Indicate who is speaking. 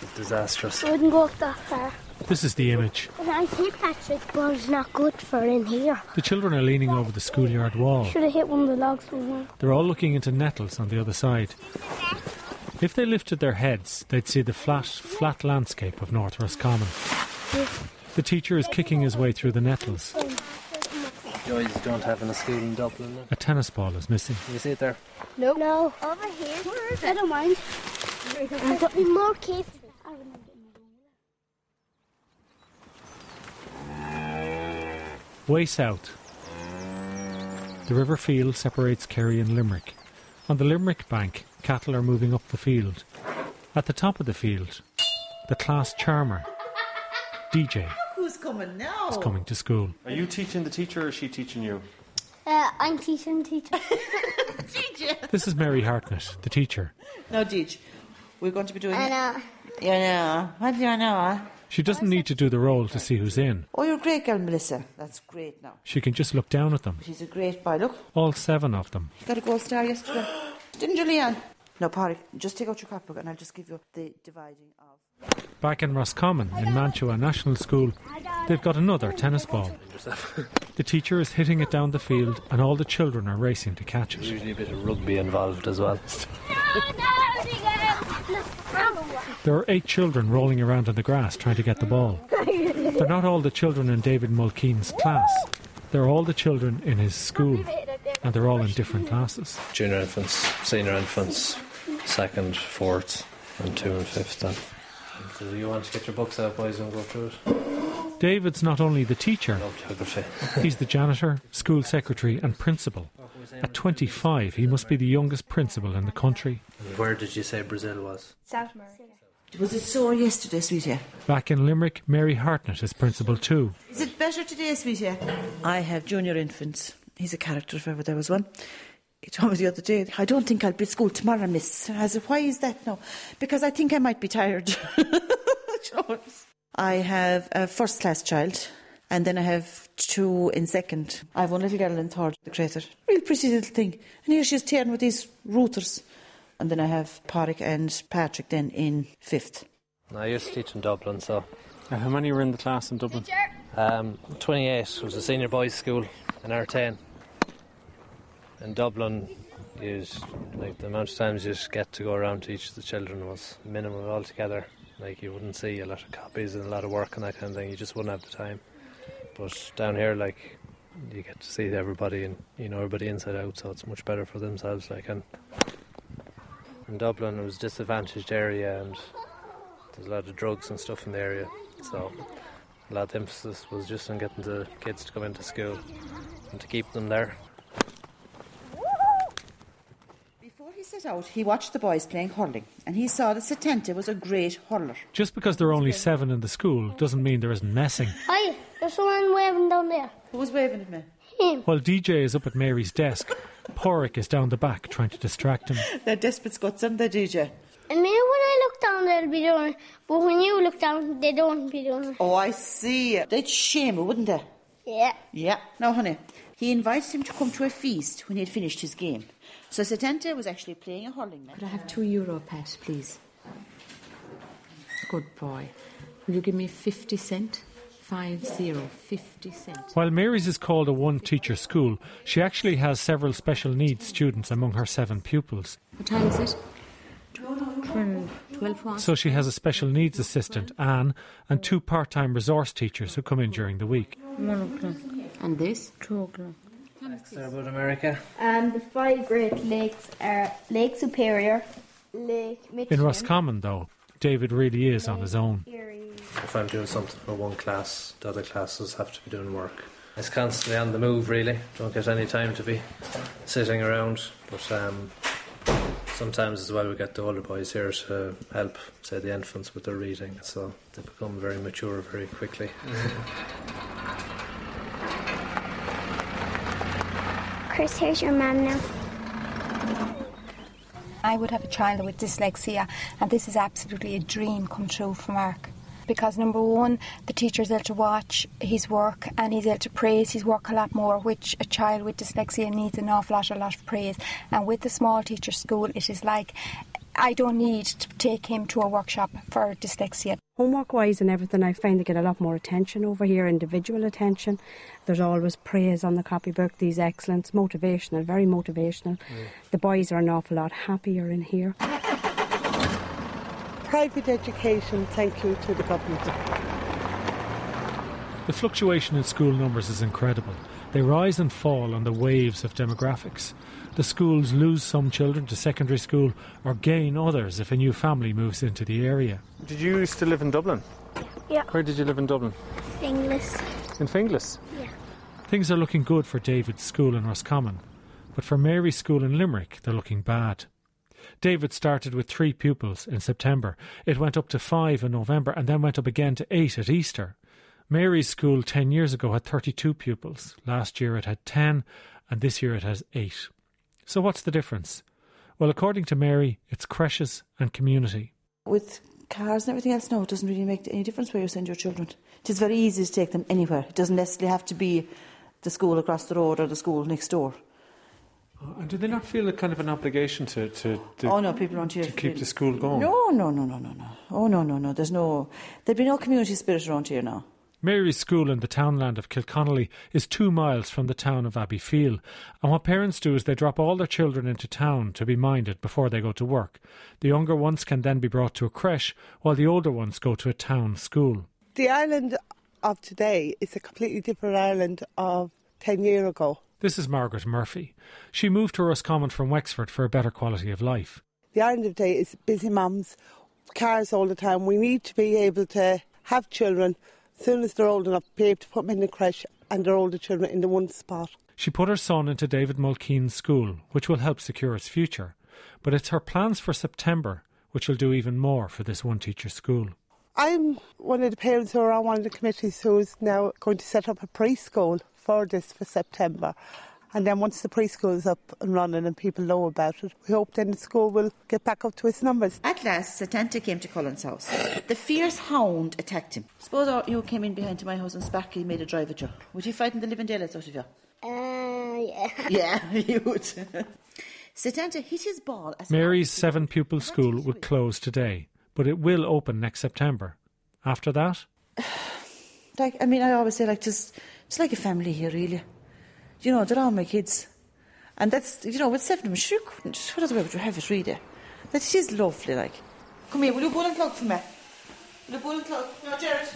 Speaker 1: It's disastrous.
Speaker 2: I wouldn't go up that far.
Speaker 3: This is the image.
Speaker 2: And I think that's Patrick Ball's not good for in here.
Speaker 3: The children are leaning over the schoolyard wall.
Speaker 2: Should have hit one of the logs with one.
Speaker 3: They're all looking into nettles on the other side. If they lifted their heads, they'd see the flat, flat landscape of North Roscommon. The teacher is kicking his way through the nettles.
Speaker 1: Joys don't have in a school in Dublin. look.
Speaker 3: A tennis ball is missing.
Speaker 1: You see it there?
Speaker 2: Nope. No.
Speaker 4: Over here. Where is
Speaker 2: I don't mind. I've got me more kids.
Speaker 3: Way south. The River Field separates Kerry and Limerick. On the Limerick bank, cattle are moving up the field. At the top of the field, the class charmer, DJ,
Speaker 4: Who's coming now?
Speaker 3: is coming to school.
Speaker 5: Are you teaching the teacher or is she teaching you?
Speaker 2: Uh, I'm teaching teacher.
Speaker 4: DJ.
Speaker 3: This is Mary Hartnett, the teacher.
Speaker 4: No, Deej. We're going to be doing.
Speaker 2: I know.
Speaker 4: You know. What do you know? huh?
Speaker 3: She doesn't need to do the role to see who's in.
Speaker 4: Oh, you're a great girl, Melissa. That's great now.
Speaker 3: She can just look down at them.
Speaker 4: She's a great boy. Look,
Speaker 3: All seven of them.
Speaker 4: got a gold star yesterday. Didn't you, Leanne? No, Parry, just take out your copybook and I'll just give you the dividing of.
Speaker 3: Back in Roscommon, in Mantua National School, they've got another tennis ball. The teacher is hitting it down the field, and all the children are racing to catch
Speaker 1: There's
Speaker 3: it.
Speaker 1: usually a bit of rugby involved as well.
Speaker 3: There are eight children rolling around on the grass trying to get the ball. They're not all the children in David Mulkeen's class. They're all the children in his school, and they're all in different classes.
Speaker 1: Junior infants, senior infants, second, fourth, and two and fifth then. So you want to get your books out, boys, and go through it?
Speaker 3: David's not only the teacher,
Speaker 1: Love geography.
Speaker 3: he's the janitor, school secretary, and principal. At 25, he must be the youngest principal in the country.
Speaker 1: And Where did you say Brazil was?
Speaker 6: South America.
Speaker 4: Was it sore yesterday, sweetie?
Speaker 3: Back in Limerick, Mary Hartnett is principal too.
Speaker 4: Is it better today, sweetie? I have junior infants. He's a character if ever there was one. He told me the other day, I don't think I'll be at school tomorrow, miss. I said, why is that now? Because I think I might be tired. Jones. I have a first class child, and then I have two in second. I have one little girl in third, the crater. Real pretty little thing. And here she's tearing with these rooters. And then I have Patrick and Patrick then in fifth.
Speaker 1: No, I used to teach in Dublin, so
Speaker 5: How many were in the class in Dublin?
Speaker 1: Um, 28 was a senior boys' school in R10. In Dublin, you just- like the amount of times you just get to go around to each of the children was minimal altogether. Like you wouldn't see a lot of copies and a lot of work and that kind of thing. You just wouldn't have the time. But down here, like you get to see everybody and you know everybody inside out, so it's much better for themselves. Like and in Dublin, it was a disadvantaged area and there's a lot of drugs and stuff in the area, so a lot of emphasis was just on getting the kids to come into school and to keep them there.
Speaker 4: Before he set out, he watched the boys playing hurling, and he saw that Satente was a great hurler.
Speaker 3: Just because there are only seven in the school doesn't mean there isn't messing.
Speaker 2: Hi, there's someone waving down there.
Speaker 4: Who was waving at me?
Speaker 2: Him.
Speaker 3: While DJ is up at Mary's desk, Porrick is down the back trying to distract him.
Speaker 4: They're desperate Scots, aren't they, DJ?
Speaker 2: And maybe when I look down, they'll be doing it. But when you look down, they don't be doing it.
Speaker 4: Oh, I see. They'd shame her, wouldn't they?
Speaker 2: Yeah.
Speaker 4: Yeah. Now, honey, he invited him to come to a feast when he had finished his game. So Satente was actually playing a hurling match.
Speaker 7: Could I have two euro, Pat, please? Good boy. Will you give me 50 cent? Five zero, 50 cent.
Speaker 3: While Mary's is called a one teacher school, she actually has several special needs students among her seven pupils.
Speaker 7: What time is it? 12. 12 what?
Speaker 3: So she has a special needs assistant, Anne, and two part time resource teachers who come in during the week.
Speaker 7: And this?
Speaker 1: Sorry about America.
Speaker 6: And the five great lakes are Lake Superior, Lake Michigan,
Speaker 3: In Roscommon, though, David really is on his own.
Speaker 6: Erie.
Speaker 1: If I'm doing something for one class, the other classes have to be doing work. It's constantly on the move, really. Don't get any time to be sitting around. But um, sometimes as well, we get the older boys here to help, say, the infants with their reading. So they become very mature very quickly.
Speaker 2: Chris, here's your mum now.
Speaker 8: I would have a child with dyslexia, and this is absolutely a dream come true for Mark. Because number one, the teacher's able to watch his work and he's able to praise his work a lot more, which a child with dyslexia needs an awful lot, a lot of praise. And with the small teacher school, it is like I don't need to take him to a workshop for dyslexia.
Speaker 9: Homework wise and everything, I find they get a lot more attention over here, individual attention. There's always praise on the copybook, these excellents, motivational, very motivational. The boys are an awful lot happier in here.
Speaker 10: Private education, thank you to the government.
Speaker 3: The fluctuation in school numbers is incredible. They rise and fall on the waves of demographics. The schools lose some children to secondary school or gain others if a new family moves into the area.
Speaker 5: Did you used to live in Dublin?
Speaker 2: Yeah.
Speaker 5: Where did you live in Dublin?
Speaker 2: English.
Speaker 5: In Finglas.
Speaker 3: Things are looking good for David's school in Roscommon, but for Mary's school in Limerick, they're looking bad. David started with three pupils in September. It went up to five in November and then went up again to eight at Easter. Mary's school 10 years ago had 32 pupils. Last year it had 10, and this year it has 8. So what's the difference? Well, according to Mary, it's creches and community.
Speaker 4: With cars and everything else, no, it doesn't really make any difference where you send your children. It is very easy to take them anywhere. It doesn't necessarily have to be the school across the road or the school next door.
Speaker 5: Uh, And do they not feel a kind of an obligation to, to, to
Speaker 4: oh no, people aren't here
Speaker 5: to keep the school going?
Speaker 4: No, no, no, no, no, no. Oh no, no, no. There's no, there'd be no community spirit around here now.
Speaker 3: Mary's school in the townland of Kilconnolly is two miles from the town of Abbeyfield, and what parents do is they drop all their children into town to be minded before they go to work. The younger ones can then be brought to a creche, while the older ones go to a town school.
Speaker 10: The Ireland of today is a completely different Ireland of 10 years ago.
Speaker 3: This is Margaret Murphy. She moved to Roscommon from Wexford for a better quality of life.
Speaker 10: The Ireland of today is busy mums, cars all the time. We need to be able to have children soon as they're old enough, be able to put them in the creche and their older children in the one spot.
Speaker 3: She put her son into David Mulkeen's school, which will help secure its future. But it's her plans for September which will do even more for this one teacher school.
Speaker 10: I'm one of the parents who are on one of the committees who is now going to set up a preschool for this for September. And then once the preschool is up and running and people know about it, we hope then the school will get back up to its numbers.
Speaker 4: At last, Satanta came to Cullen's house. The fierce hound attacked him. Suppose all- you came in behind to my house and Sparky made a drive at you. Would you frighten the living daylights out of you?
Speaker 2: Uh, yeah.
Speaker 4: Yeah, you would. Satanta hit his ball as
Speaker 3: Mary's seven pupil school would close today, but it will open next September. After that,
Speaker 4: Like, I mean, I always say, like, just, it's like a family here, really. You know, they're all my kids. And that's, you know, with seven of them, sure, you couldn't. What other way would you have it, really? That it is lovely, like. Come here, will you go and talk for me? Will you go and talk? No, Jared.